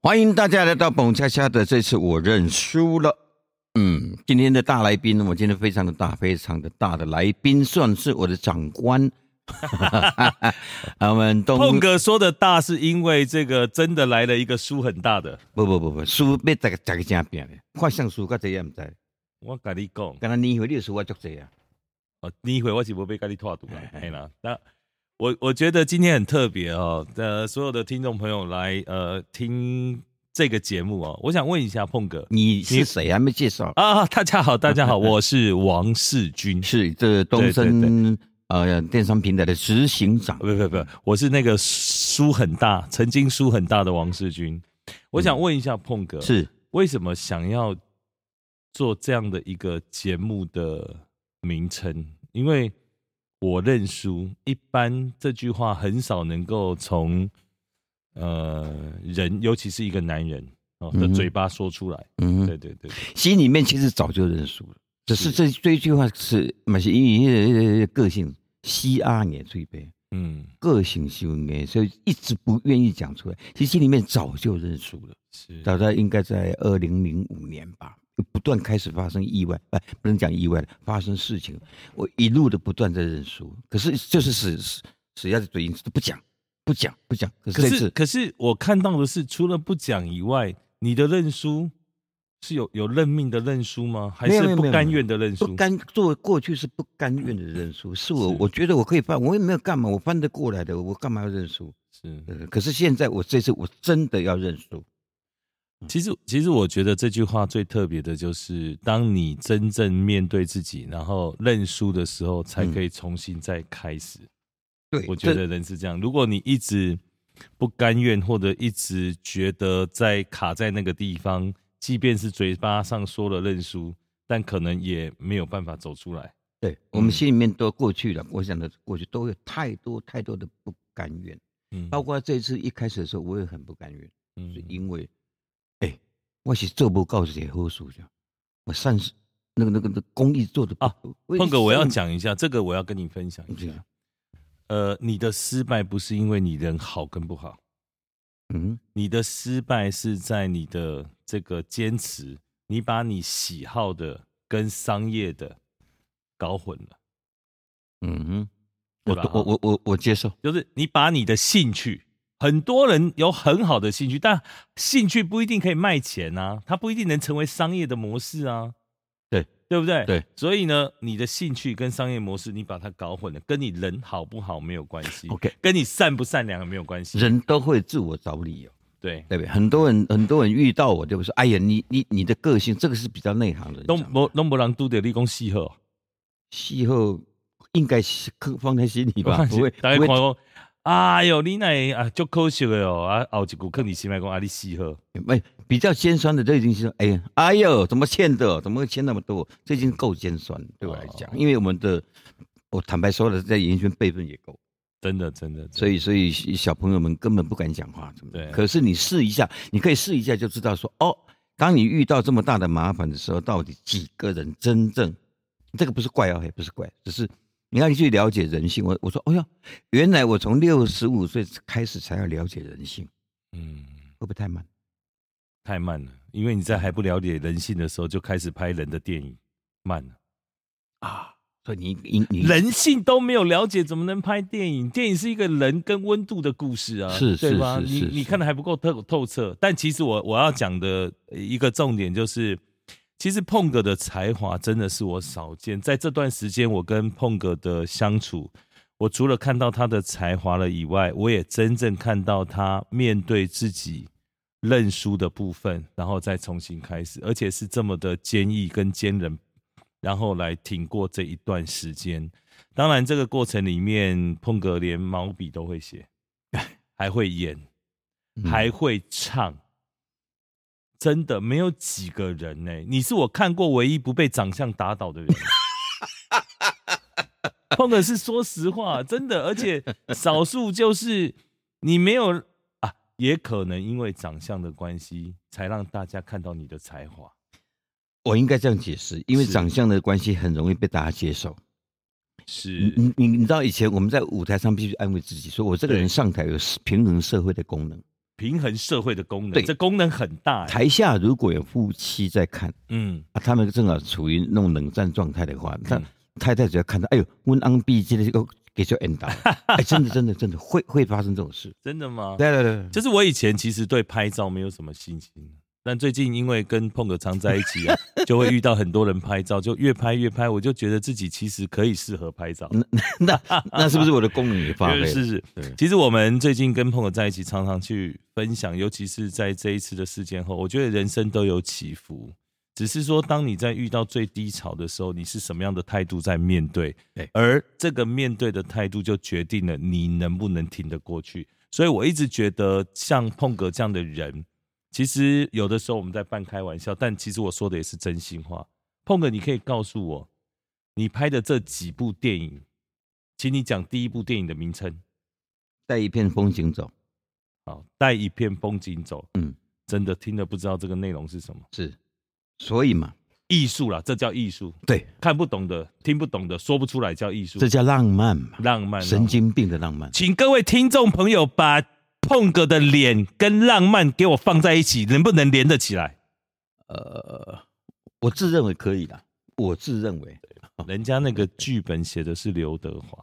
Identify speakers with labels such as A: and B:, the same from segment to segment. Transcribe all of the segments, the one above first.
A: 欢迎大家来到蹦恰恰的这次我认输了。嗯，今天的大来宾，我今天非常的大，非常的大的来宾，算是我的长官。 啊我们东
B: 碰哥说的大是因为这个真的来了一个书很大的，
A: 不不不不，输要大个大个正拼的，看相输较济也毋知，
B: 我跟你讲，
A: 敢若年岁你输我足济啊。
B: 哦，你一回我只不过被跟你拓赌了，哎啦，那我我觉得今天很特别哦，呃，所有的听众朋友来呃听这个节目哦，我想问一下碰哥
A: 你是谁还没介绍？
B: 啊，大家好，大家好，我是王世军，
A: 是这东
B: 对对
A: 森呃电商平台的执行长
B: 呃不。不不，我是那个书很大，曾经书很大的王世军，我想问一下碰哥，
A: 是
B: 为什么想要做这样的一个节目的名称？因为我认输，一般这句话很少能够从呃人，尤其是一个男人哦的
A: 嗯哼
B: 嘴巴说出来。
A: 嗯哼，
B: 对对对，
A: 心里面其实早就认输了，只是这这一句话是嘛是因为个性西阿眼最悲，
B: 嗯，
A: 个性修眼，所以一直不愿意讲出来。其实心里面早就认输了，
B: 是
A: 早在应该在二零零五年吧。不断开始发生意外，不、不能讲意外了，发生事情，我一路的不断在认输，可是就是死死死鸭子嘴硬，不讲，不讲，不讲。可是
B: 可
A: 这
B: 是
A: 次
B: 可是我看到的是，除了不讲以外，你的认输是有有认命的认输吗？还
A: 没有没
B: 是
A: 有
B: 不
A: 没有
B: 甘愿的认输
A: 不？甘做过去是不甘愿的认输，是我
B: 嗯是
A: 我觉得我可以翻，我也没有干嘛，我翻得过来的，我干嘛要认输？
B: 是。
A: 呃可是现在我这次我真的要认输，
B: 其实，其实我觉得这句话最特别的就是，当你真正面对自己，然后认输的时候，才可以重新再开始。
A: 对
B: 我觉得人是这样。如果你一直不甘愿，或者一直觉得在卡在那个地方，即便是嘴巴上说了认输，但可能也没有办法走出来。
A: 对我们
B: 嗯
A: 心里面都过去了，我想的过去都有太多太多的不甘愿，
B: 嗯，
A: 包括这次一开始的时候我也很不甘愿，
B: 嗯
A: 是因为，哎，我是做不到这好事的，我善事那个那个那个公益做的
B: 啊，碰哥，我要，讲一下这个，我要跟你分享一下。呃，你的失败不是因为你人好跟不好。
A: 嗯，
B: 你的失败是在你的这个坚持，你把你喜好的跟商业的搞混了，
A: 嗯哼，
B: 对吧
A: 我我我我我接受，
B: 就是你把你的兴趣，很多人有很好的兴趣，但兴趣不一定可以卖钱啊，它不一定能成为商业的模式啊，
A: 对
B: 对不对？
A: 对，
B: 所以呢，你的兴趣跟商业模式你把它搞混了，跟你人好不好没有关系
A: OK
B: 跟你善不善良也没有关系，
A: 人都会自我找理由。
B: 对。
A: 对不对？很多人很多人遇到我，就会说：“哎呀，你你你的个性，这个是比较内行的人讲
B: 东
A: 的。
B: 博东博人都得立功细贺，
A: 气候应该是刻放在心里
B: 我
A: 吧，
B: 看
A: 不会
B: 是大家
A: 不
B: 看
A: 会
B: 讲，哎哟，你那啊，足可惜的哦，啊，后一句坑你心内讲啊，你死好，
A: 哎，比较尖酸的都已经是说，哎呀，哎呦，怎么欠的？怎么会欠那么多？这已经够尖酸对我来讲，
B: 哦
A: 因为我们的，我坦白说了，在演艺圈辈分也够，
B: 真的真的，
A: 所以所以小朋友们根本不敢讲话，怎么
B: 对
A: 可是你试一下，你可以试一下就知道说，哦，当你遇到这么大的麻烦的时候，到底几个人真正，这个不是怪哦，也不是怪，只是你要去了解人性。我我说，哎呀，原来我从六十五岁开始才要了解人性，
B: 嗯，
A: 会不会太慢？
B: 太慢了，因为你在还不了解人性的时候就开始拍人的电影，慢了，
A: 所以你你你
B: 啊人性都没有了解，怎么能拍电影？电影是一个人跟温度的故事啊，
A: 是
B: 对吧？
A: 是是
B: 你
A: 是
B: 你
A: 是
B: 看的还不够透透彻，但其实我我要讲的一个重点就是。其实碰哥的才华真的是我少见，在这段时间我跟碰哥的相处，我除了看到他的才华了以外，我也真正看到他面对自己认输的部分，然后再重新开始，而且是这么的坚毅跟坚韧，然后来挺过这一段时间。当然，这个过程里面，碰哥连毛笔都会写，还会演，
A: 嗯
B: 还会唱。真的没有几个人呢、你是我看过唯一不被长相打 倒的人。碰哥是说实话，真的，而且少数就是你没有啊，也可能因为长相的关系，才让大家看到你的才华。
A: 我应该这样解释，因为
B: 是
A: 长相的关系很容易被大家接受。
B: 是，
A: 你你你知道以前我们在舞台上必须安慰自己，说我这个人
B: 对
A: 上台有平衡社会的功能。
B: 平衡社会的功能，
A: 对
B: 这功能很大、欸。
A: 台下如果有夫妻在看，
B: 嗯，
A: 啊，他们正好处于那种冷战状态的话，那
B: 嗯
A: 太太只要看到，哎呦，温安碧这个给就 end 到了，哎，真的真的真的会会发生这种事，
B: 真的吗？
A: 对对对，
B: 就是我以前其实对拍照没有什么信心，但最近因为跟碰哥常在一起啊，就会遇到很多人拍照，就越拍越拍，我就觉得自己其实可以适合拍照。
A: 那那是不是我的功能 也发挥了？
B: 是是
A: 对，
B: 其实我们最近跟朋友在一起，常常去分享，尤其是在这一次的事件后，我觉得人生都有起伏。只是说，当你在遇到最低潮的时候，你是什么样的态度在面对
A: 对，
B: 而这个面对的态度就决定了你能不能挺得过去。所以我一直觉得，像碰哥这样的人，其实有的时候我们在半开玩笑，但其实我说的也是真心话。碰哥，你可以告诉我，你拍的这几部电影，请你讲第一部电影的名称。
A: 带一片风景走，
B: 好，带一片风景走。
A: 嗯，
B: 真的听了不知道这个内容是什么，
A: 是，所以嘛，
B: 艺术啦，这叫艺术。
A: 对，
B: 看不懂的、听不懂的、说不出来叫艺术，
A: 这叫浪漫嘛，
B: 浪漫。啊
A: 神，经病的浪漫，
B: 请各位听众朋友把碰哥的脸跟浪漫给我放在一起，能不能连得起来？
A: 呃，我自认为可以的，我自认为，
B: 人家那个剧本写的是刘德华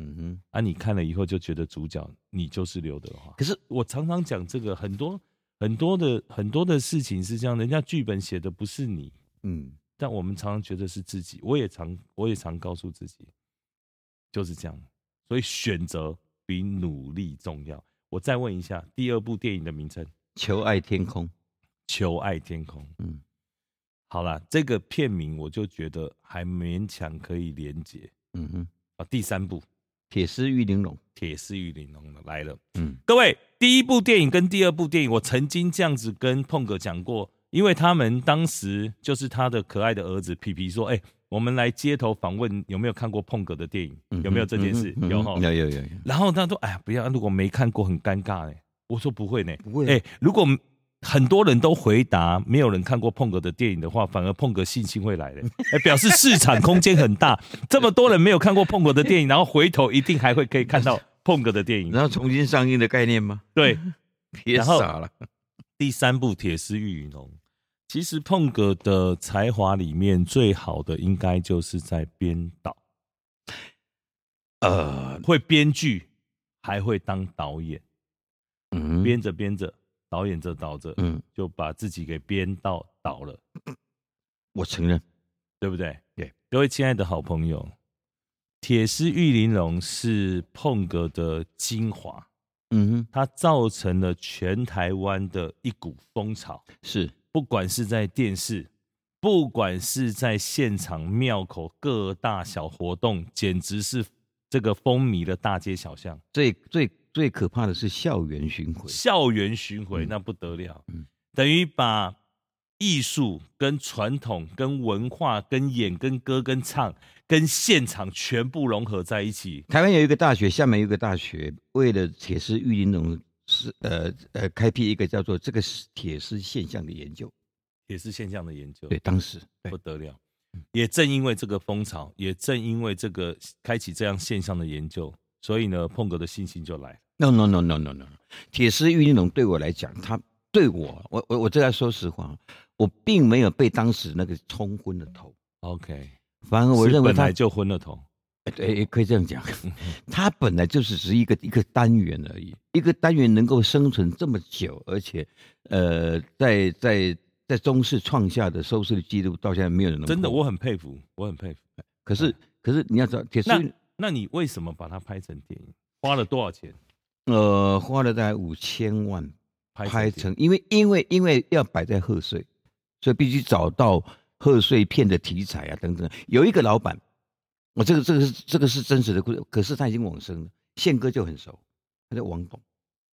A: 嗯哼，
B: 啊，你看了以后就觉得主角你就是刘德华。
A: 可是
B: 我常常讲这个，很多很多的很多的事情是这样，人家剧本写的不是你，
A: 嗯，
B: 但我们常常觉得是自己，我也常我也常告诉自己，就是这样。所以选择比努力重要。我再问一下，第二部电影的名称《
A: 求爱天空，
B: 求爱天空》。
A: 嗯，
B: 好啦，这个片名我就觉得还勉强可以连接
A: 嗯哼，
B: 啊。第三部《
A: 铁丝玉玲珑，
B: 铁丝与玲珑》来了。
A: 嗯，
B: 各位，第一部电影跟第二部电影，我曾经这样子跟碰哥讲过，因为他们当时就是他的可爱的儿子皮皮说：“哎、我们来街头访问，有没有看过碰哥的电影？
A: 嗯哼
B: 有没有这件事？
A: 嗯哼
B: 有
A: 嗯
B: 哈
A: 哼。有有有有，”
B: 然后他说：“哎呀，不要，如果没看过很尴尬呢。”我说：“不会呢。
A: 不会啊
B: 哎、如果很多人都回答没有人看过碰哥的电影的话，反而碰哥信心会来 的，哎、表示市场空间很大。这么多人没有看过碰哥的电影，然后回头一定还会可以看到碰哥的电 影。
A: 然后重新上映的概念吗？
B: 对，
A: 别
B: 然后
A: 傻了，
B: 第三部《铁丝玉云龙》，其实碰哥的才华里面最好的应该就是在编导，
A: 呃，
B: 会编剧，还会当导演。
A: 嗯
B: 编着编着，导演着导着，
A: 嗯，
B: 就把自己给编到倒了，
A: 我承认，
B: 对不对？
A: 对，
B: 各位亲爱的好朋友，《铁丝玉玲珑》是碰哥的精华，
A: 嗯
B: 它造成了全台湾的一股风潮。
A: 哼，是，
B: 不管是在电视，不管是在现场庙口各大小活动，简直是这个风靡的大街小巷，
A: 最最最可怕的是校园巡回，
B: 校园巡回
A: 嗯
B: 那不得了，
A: 嗯
B: 等于把艺术、跟传统、跟文化、跟演、跟歌、跟唱、跟现场全部融合在一起。
A: 台湾有一个大学，厦门有一个大学，为了铁丝玉玲珑是呃呃开辟一个叫做这个是铁丝现象的研究。
B: 也是现象的研究，
A: 对，当时对嗯
B: 不得了。也正因为这个风潮，也正因为这个开启这样现象的研究，所以呢，碰哥的信心就来了。
A: ，no no no no no no，no 铁丝玉玲珑对我来讲，它对我，我我我这要说实话，我并没有被当时那个冲昏了头，
B: OK，
A: 反而我
B: 是
A: 认为
B: 本
A: 它
B: 来就嗯昏了头。
A: 对，也可以这样讲，它本来就只是一个一个单元而已，一个单元能够生存这么久，而且，呃，在在在中视创下的收视率记录到现在没有人能
B: 真的，
A: 破
B: 我很佩服，我很佩服。
A: 可是可是你要知道，铁丝
B: 那那你为什么把它拍成电影？花了多少钱
A: 呃花了大概五千万
B: 拍
A: 拍
B: 成
A: 成，因为因为因为要摆在贺岁，所以必须找到贺岁片的题材啊等等。有一个老板，我这个这个是这个是真实的故事，可是他已经往生了，宪哥就很熟，他叫王董，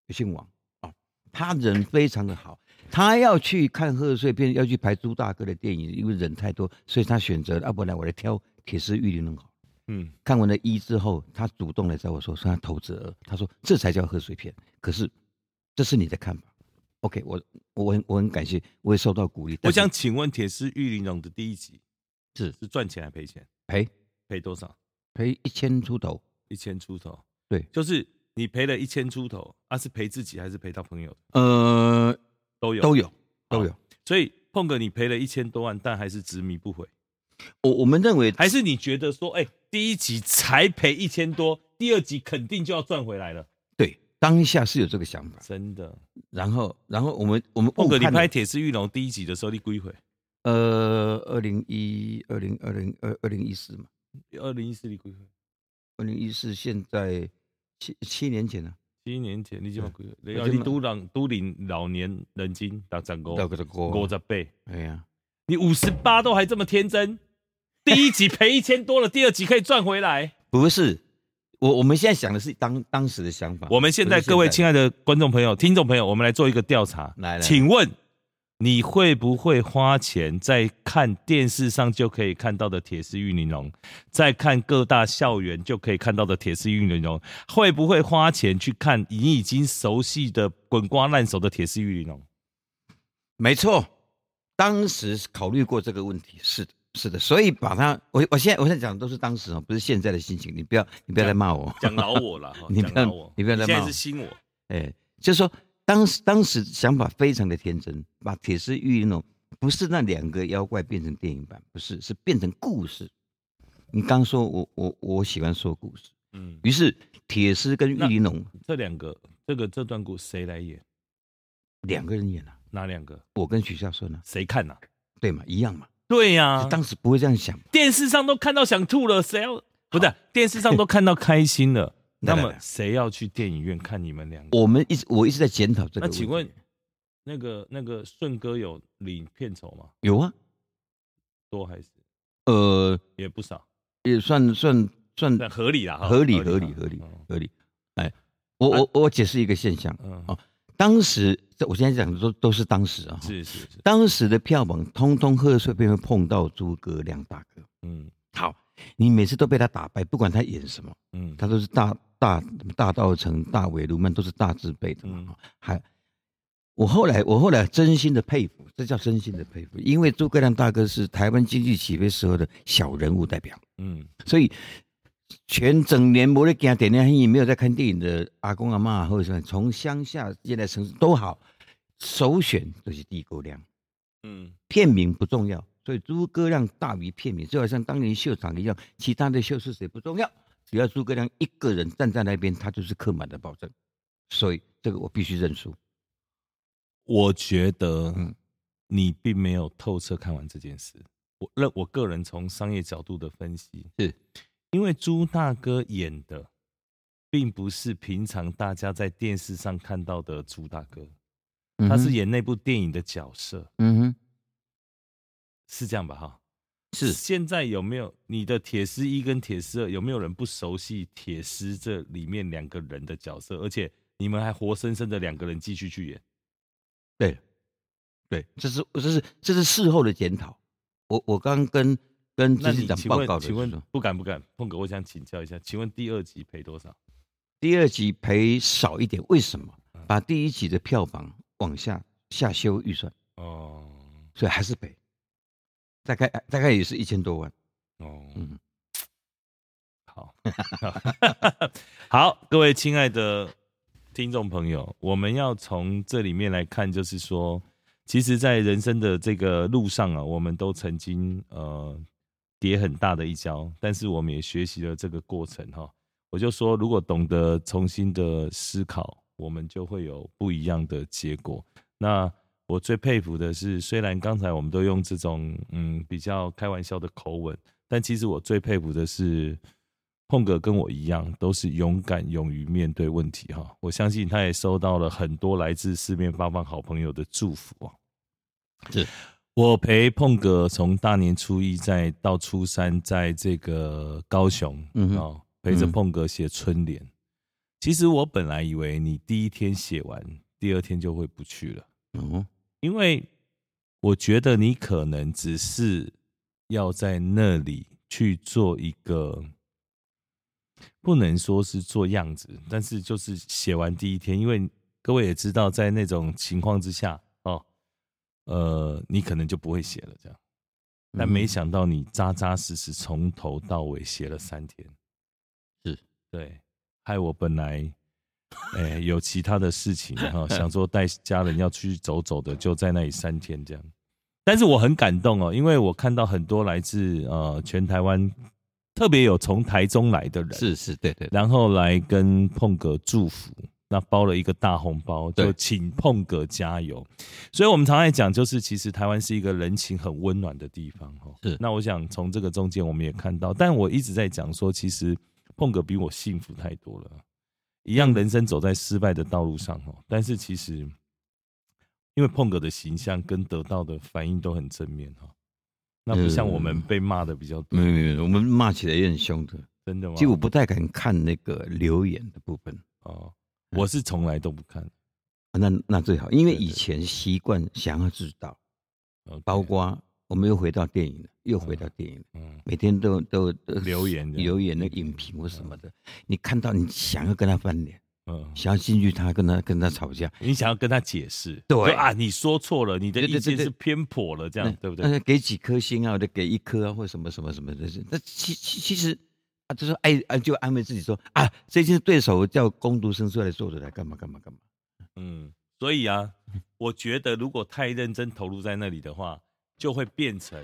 A: 姓王啊、他人非常的好。他要去看贺岁片，要去排朱大哥的电影，因为人太多，所以他选择了啊，不然我来挑《铁丝玉玲珑》好了。
B: 电影？嗯，
A: 看完了一之后，他主动来找我说，说他投资额，他说这才叫贺岁片。可是这是你的看法，OK，我我很我很感谢，我也受到鼓励。
B: 我
A: 但是
B: 想请问《铁丝玉玲珑》的第一集
A: 是
B: 是赚钱还赔钱？
A: 赔
B: 赔多少？
A: 赔一千出头，
B: 一千出头。
A: 对
B: 就是你赔了一千出头，啊，是赔自己还是赔到朋友？
A: 呃，
B: 都有，
A: 都有，
B: 好
A: 都有。
B: 所以碰个你赔了一千多万，但还是执迷不悔，
A: 我我们认为
B: 还是你觉得说，哎、第一集才赔一千多，第二集肯定就要赚回来了，
A: 对当下是有这个想法，
B: 真的。
A: 然后然后我们我们
B: 碰
A: 误
B: 个你
A: 判了
B: 拍《铁丝玉龙》第一集的时候，你归回
A: 呃二零一二零二零二二零一四嘛，
B: 二零一四，你归回
A: 二零一四现在七七年前了、
B: 七年前，你就嘛归回，
A: 我
B: 而
A: 这
B: 你
A: 么
B: 都让都领老年人金打涨高
A: 啊，，到个国
B: 五十倍，
A: 哎呀，
B: 你五十八都还这么天真，第一集赔一千多了，第二集可以赚回来。
A: 不是，我我们现在想的是当当时的想法。
B: 我们现在
A: 不是
B: 各位亲爱的观众朋友、听众朋友，我们来做一个调查，
A: 来来
B: 请问你会不会花钱在看电视上就可以看到的《铁丝玉玲珑》，在看各大校园就可以看到的《铁丝玉玲珑》，会不会花钱去看你已经熟悉的滚瓜烂熟的《铁丝玉玲珑》？
A: 没错，当时考虑过这个问题，是的，是的，所以把它，我我现在我现在讲的都是当时哦，不是现在的心情，你不要你不要再骂我，
B: 讲饶我 了，哈
A: 你不要
B: 讲饶我，
A: 你不要再
B: 现
A: 骂
B: 在
A: 我
B: 是新我，
A: 哎，就是说当时当时想法非常的天真，把铁丝玉玲珑不是那两个妖怪变成电影版，不是，是变成故事。你刚说我我我喜欢说故事，
B: 嗯，
A: 于是铁丝跟玉哦
B: 那
A: 玲珑
B: 这两个，这个这段故谁来演？
A: 两个人演了、
B: 哪两个？
A: 我跟许孝顺呢、
B: 谁看呐、啊
A: 对嘛，一样嘛，
B: 对呀、
A: 当时不会这样想。
B: 电视上都看到想吐了，谁要？不是电视上都看到开 心了，
A: 来
B: 那
A: 来
B: 么
A: 来
B: 谁要去电影院看你们两个？
A: 我们一直我一直在检讨这个问
B: 那
A: 题。
B: 请问那个那个顺哥有领片酬吗？
A: 有啊？
B: 多还是
A: 呃，
B: 也不少，
A: 也算算算
B: 那合理啦，哈
A: 嗯合理合理合理
B: 嗯
A: 合理。哎，我我我解释一个现象，
B: 嗯，
A: 哦当时这我现在讲的都都是当时啊，
B: 是是是，
A: 当时的票房通通贺岁片会碰到诸葛亮大哥。
B: 嗯
A: 好，你每次都被他打败，不管他演什么，
B: 嗯，
A: 他都是大大大道成、大伟、卢曼都是大字辈的嘛。
B: 嗯
A: 还我后来我后来真心的佩服，这叫真心的佩服，因为诸葛亮大哥是台湾经济起飞时候的小人物代表，
B: 嗯
A: 所以全整年没得给他点亮黑影，没有在看电影的阿公阿妈或者什么，从乡下进来城市都好，首选就是地沟粮。
B: 嗯
A: 片名不重要，所以诸葛亮大于片名，就好像当年秀场一样，其他的秀是谁不重要，只要诸葛亮一个人站在那边，他就是客满的保证。所以这个我必须认输。
B: 我觉得
A: 嗯
B: 你并没有透彻看完这件事。我认我个人从商业角度的分析，
A: 是
B: 因为朱大哥演的并不是平常大家在电视上看到的朱大哥，他是演那部电影的角色，
A: 嗯哼，
B: 是这样吧？哈，
A: 是
B: 现在有没有你的铁丝一跟铁丝二有没有人不熟悉铁丝这里面两个人的角色？而且你们还活生生的两个人继续去演，
A: 对，对，这是这是这是事后的检讨。我我刚跟跟
B: 那
A: 执
B: 你
A: 行长
B: 请
A: 报告
B: 问，
A: 的
B: 请
A: 时
B: 问
A: 候，
B: 不敢不敢，碰哥，我想请教一下，请问第二集赔多少？
A: 第二集赔少一点，为什么？
B: 嗯
A: 把第一集的票房往下下修预算，
B: 哦
A: 所以还是赔，大概大概也是一千多万。
B: 哦，
A: 嗯
B: 好， 好，各位亲爱的听众朋友，我们要从这里面来看，就是说，其实，在人生的这个路上啊，我们都曾经呃跌很大的一跤，但是我们也学习了这个过程哈、我就说，如果懂得重新的思考，我们就会有不一样的结果。那我最佩服的是，虽然刚才我们都用这种嗯比较开玩笑的口吻，但其实我最佩服的是，碰哥跟我一样，都是勇敢、勇于面对问题哈。我相信他也收到了很多来自四面八方好朋友的祝福啊。
A: 是
B: 我陪碰哥从大年初一在到初三，在这个高雄，
A: 嗯
B: 嗯
A: 哼
B: 哦，陪着
A: 嗯
B: 碰哥写春联。其实我本来以为你第一天写完，第二天就会不去了。
A: 哦，
B: 因为我觉得你可能只是要在那里去做一个，不能说是做样子，但是就是写完第一天，因为各位也知道，在那种情况之下，哦，呃，你可能就不会写了这样。但没
A: 嗯
B: 想到你扎扎实实从头到尾写了三天，
A: 是
B: 对，害我本来哎，有其他的事情哈、 想说带家人要去走走的，就在那里三天这样。但是我很感动哦，因为我看到很多来自呃全台湾，特别有从台中来的人，
A: 是是，对对对
B: 然后来跟碰哥祝福，那包了一个大红包，
A: 对
B: 就请碰哥加油。所以我们常爱讲，就是其实台湾是一个人情很温暖的地方哈。
A: 是
B: 那我想从这个中间我们也看到，但我一直在讲说，其实碰哥比我幸福太多了，
A: 嗯
B: 一样人生走在失败的道路上哦，但是其实。因为碰哥的形象跟得到的反应都很正面哈，那不像我们
A: 嗯
B: 被骂的比较多
A: 没，有没有没有，我们骂起来也很凶的，
B: 真的吗？
A: 其实我不太敢看那个留言的部分，
B: 哦，我是从来都不看，
A: 啊那那最好，因为
B: 对对
A: 以前习惯想要知道，
B: OK
A: 包括我们又回到电影了，又回到电影了，
B: 嗯
A: 每天都都都
B: 留言这样
A: 留言那个影评或什么的，你看到你想要跟他翻脸，
B: 嗯，
A: 想要进去他跟他跟他吵架，
B: 你想要跟他解释，
A: 对
B: 说啊，你说错了，你的
A: 对对
B: 意见
A: 对对
B: 是偏颇了，这
A: 那
B: 样对不
A: 那
B: 对？
A: 就给几颗星啊，或者给一颗啊，或什么什么什么的。那其其其实啊，就是哎啊，就安慰自己说啊，这些对手叫工读生出来做的，来干嘛干嘛干嘛。
B: 嗯，所以啊，
A: 嗯
B: 我觉得如果太认真投入在那里的话，就会变成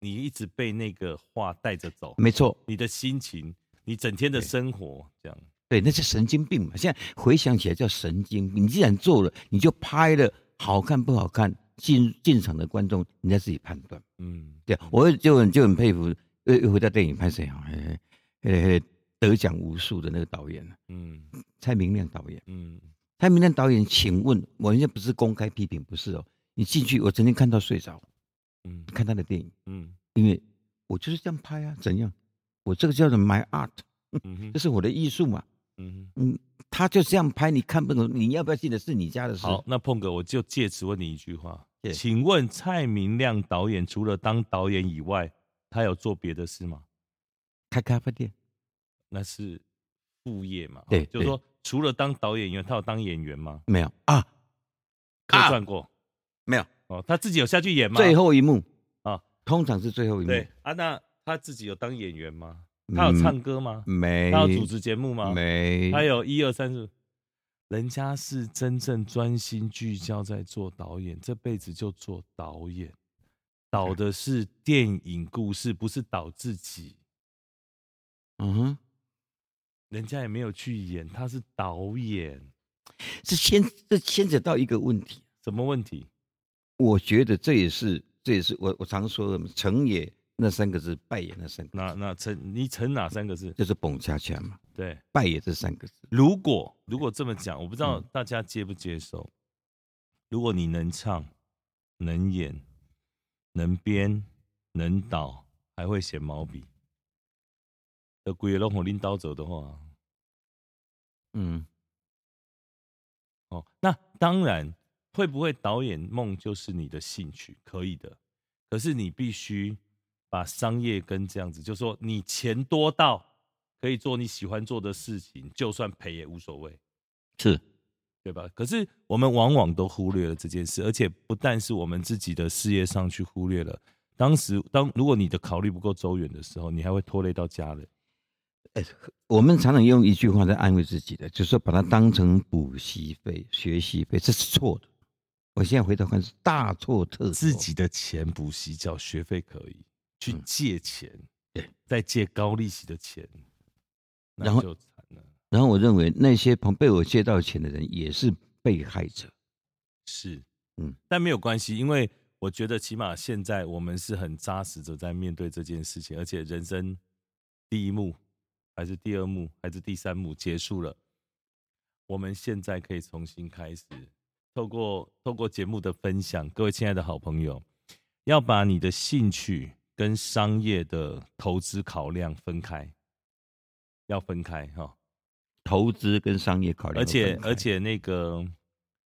B: 你一直被那个话带着走，
A: 没错，
B: 你的心情，你整天的
A: 对
B: 生活这样。
A: 对，那是神经病嘛。现在回想起来叫神经病。你既然做了，你就拍了，好看不好看，进进场的观众人家自己判断。
B: 嗯，
A: 对，啊我就很就很佩服，又又回到电影拍谁好，嘿嘿嘿得奖无数的那个导演啊
B: 嗯
A: 蔡明亮导演。
B: 嗯
A: 蔡明亮导演，请问，我人家不是公开批评，不是哦。你进去，我曾经看到睡着，
B: 嗯
A: 看他的电影，
B: 嗯
A: 因为我就是这样拍啊，怎样？我这个叫做 my art，
B: 嗯哼
A: 这是我的艺术嘛。
B: 嗯哼。
A: 嗯，他就这样拍，你看不懂，你要不要进的是你家的事。
B: 好，那碰哥，我就借此问你一句话，
A: 是
B: 请问蔡明亮导演除了当导演以外，他有做别的事吗？
A: 开咖啡店，
B: 那是副业嘛？
A: 对
B: 哦就
A: 对
B: 是说除了当导演以外，他有当演员吗？
A: 没有啊，
B: 客
A: 啊
B: 串过
A: 没有。
B: 哦，他自己有下去演吗？
A: 最后一幕
B: 啊，
A: 通常是最后一幕。嗯
B: 对啊，那他自己有当演员吗？他有唱歌吗？
A: 没，
B: 他有主持节目吗？
A: 没，
B: 他有一二三四，人家是真正专心聚焦在做导演，这辈子就做导演，导的是电影故事，不是导自己。
A: 嗯哼，
B: 人家也没有去演，他是导演，
A: 这牵这牵扯到一个问题，
B: 什么问题？
A: 我觉得这也是这也是我我常说的嘛，成也那三个字，败也那三个字，
B: 那那成你成哪三个字？
A: 就是蹦恰恰嘛，
B: 对，
A: 败也这三个字。
B: 如果如果这么讲，我不知道大家接不接受。如果你能唱、能演、能编、能导，还会写毛笔，呃，鬼也让我拎刀走的话，
A: 嗯，
B: 哦，那当然会不会导演梦就是你的兴趣，可以的。可是你必须把商业跟这样子，就说你钱多到可以做你喜欢做的事情，就算赔也无所谓。
A: 是
B: 对吧？可是我们往往都忽略了这件事，而且不但是我们自己的事业上去忽略了，当时当如果你的考虑不够周远的时候，你还会拖累到家人。
A: 我们常常用一句话在安慰自己的，就是说把它当成补习费、学习费，这是错的。我现在回头看是大错特错。
B: 自己的钱补习缴学费可以去
A: 嗯
B: 借钱，
A: 对
B: 再借高利息的钱，那
A: 然后
B: 就惨了。
A: 然后我认为那些朋被我借到钱的人也是被害者。
B: 是，
A: 嗯，
B: 但没有关系，因为我觉得起码现在我们是很扎实的在面对这件事情，而且人生第一幕还是第二幕还是第三幕结束了，我们现在可以重新开始，透过透过节目的分享，各位亲爱的好朋友，要把你的兴趣跟商业的投资考量分开，要分开哈。
A: 投资跟商业考量
B: 而
A: 要分
B: 且
A: 开，
B: 而且那个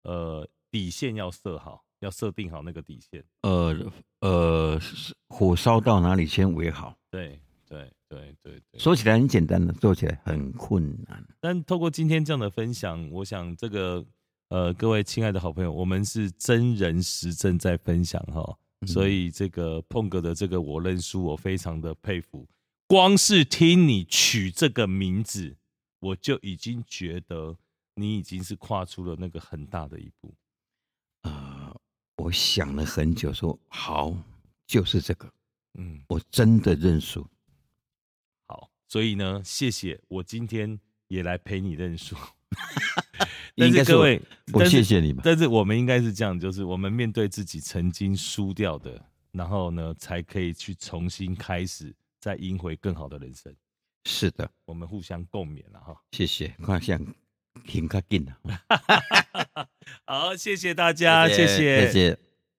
B: 呃底线要设好，要设定好那个底线。
A: 呃呃，是火烧到哪里先为好。
B: 对对对对对。
A: 说起来很简单的，做起来很困难。
B: 但透过今天这样的分享，我想这个呃各位亲爱的好朋友，我们是真人实证在分享哈，
A: 嗯
B: 所以这个碰哥的这个我认输，我非常的佩服。光是听你取这个名字，我就已经觉得你已经是跨出了那个很大的一步。
A: 啊、我想了很久说，好，就是这个，
B: 嗯，
A: 我真的认输。
B: 好，所以呢，谢谢我今天也来陪你认 输。但
A: 应该
B: 是
A: 是
B: 各
A: 我
B: 位，
A: 我
B: 但是
A: 谢谢你吧。
B: 但是我们应该是这样，就是我们面对自己曾经输掉的，然后呢，才可以去重新开始，再赢回更好的人生。
A: 是的，
B: 我们互相共勉了哈。
A: 谢谢。看像挺卡劲了，
B: 啊好，谢谢大家，谢
A: 再见。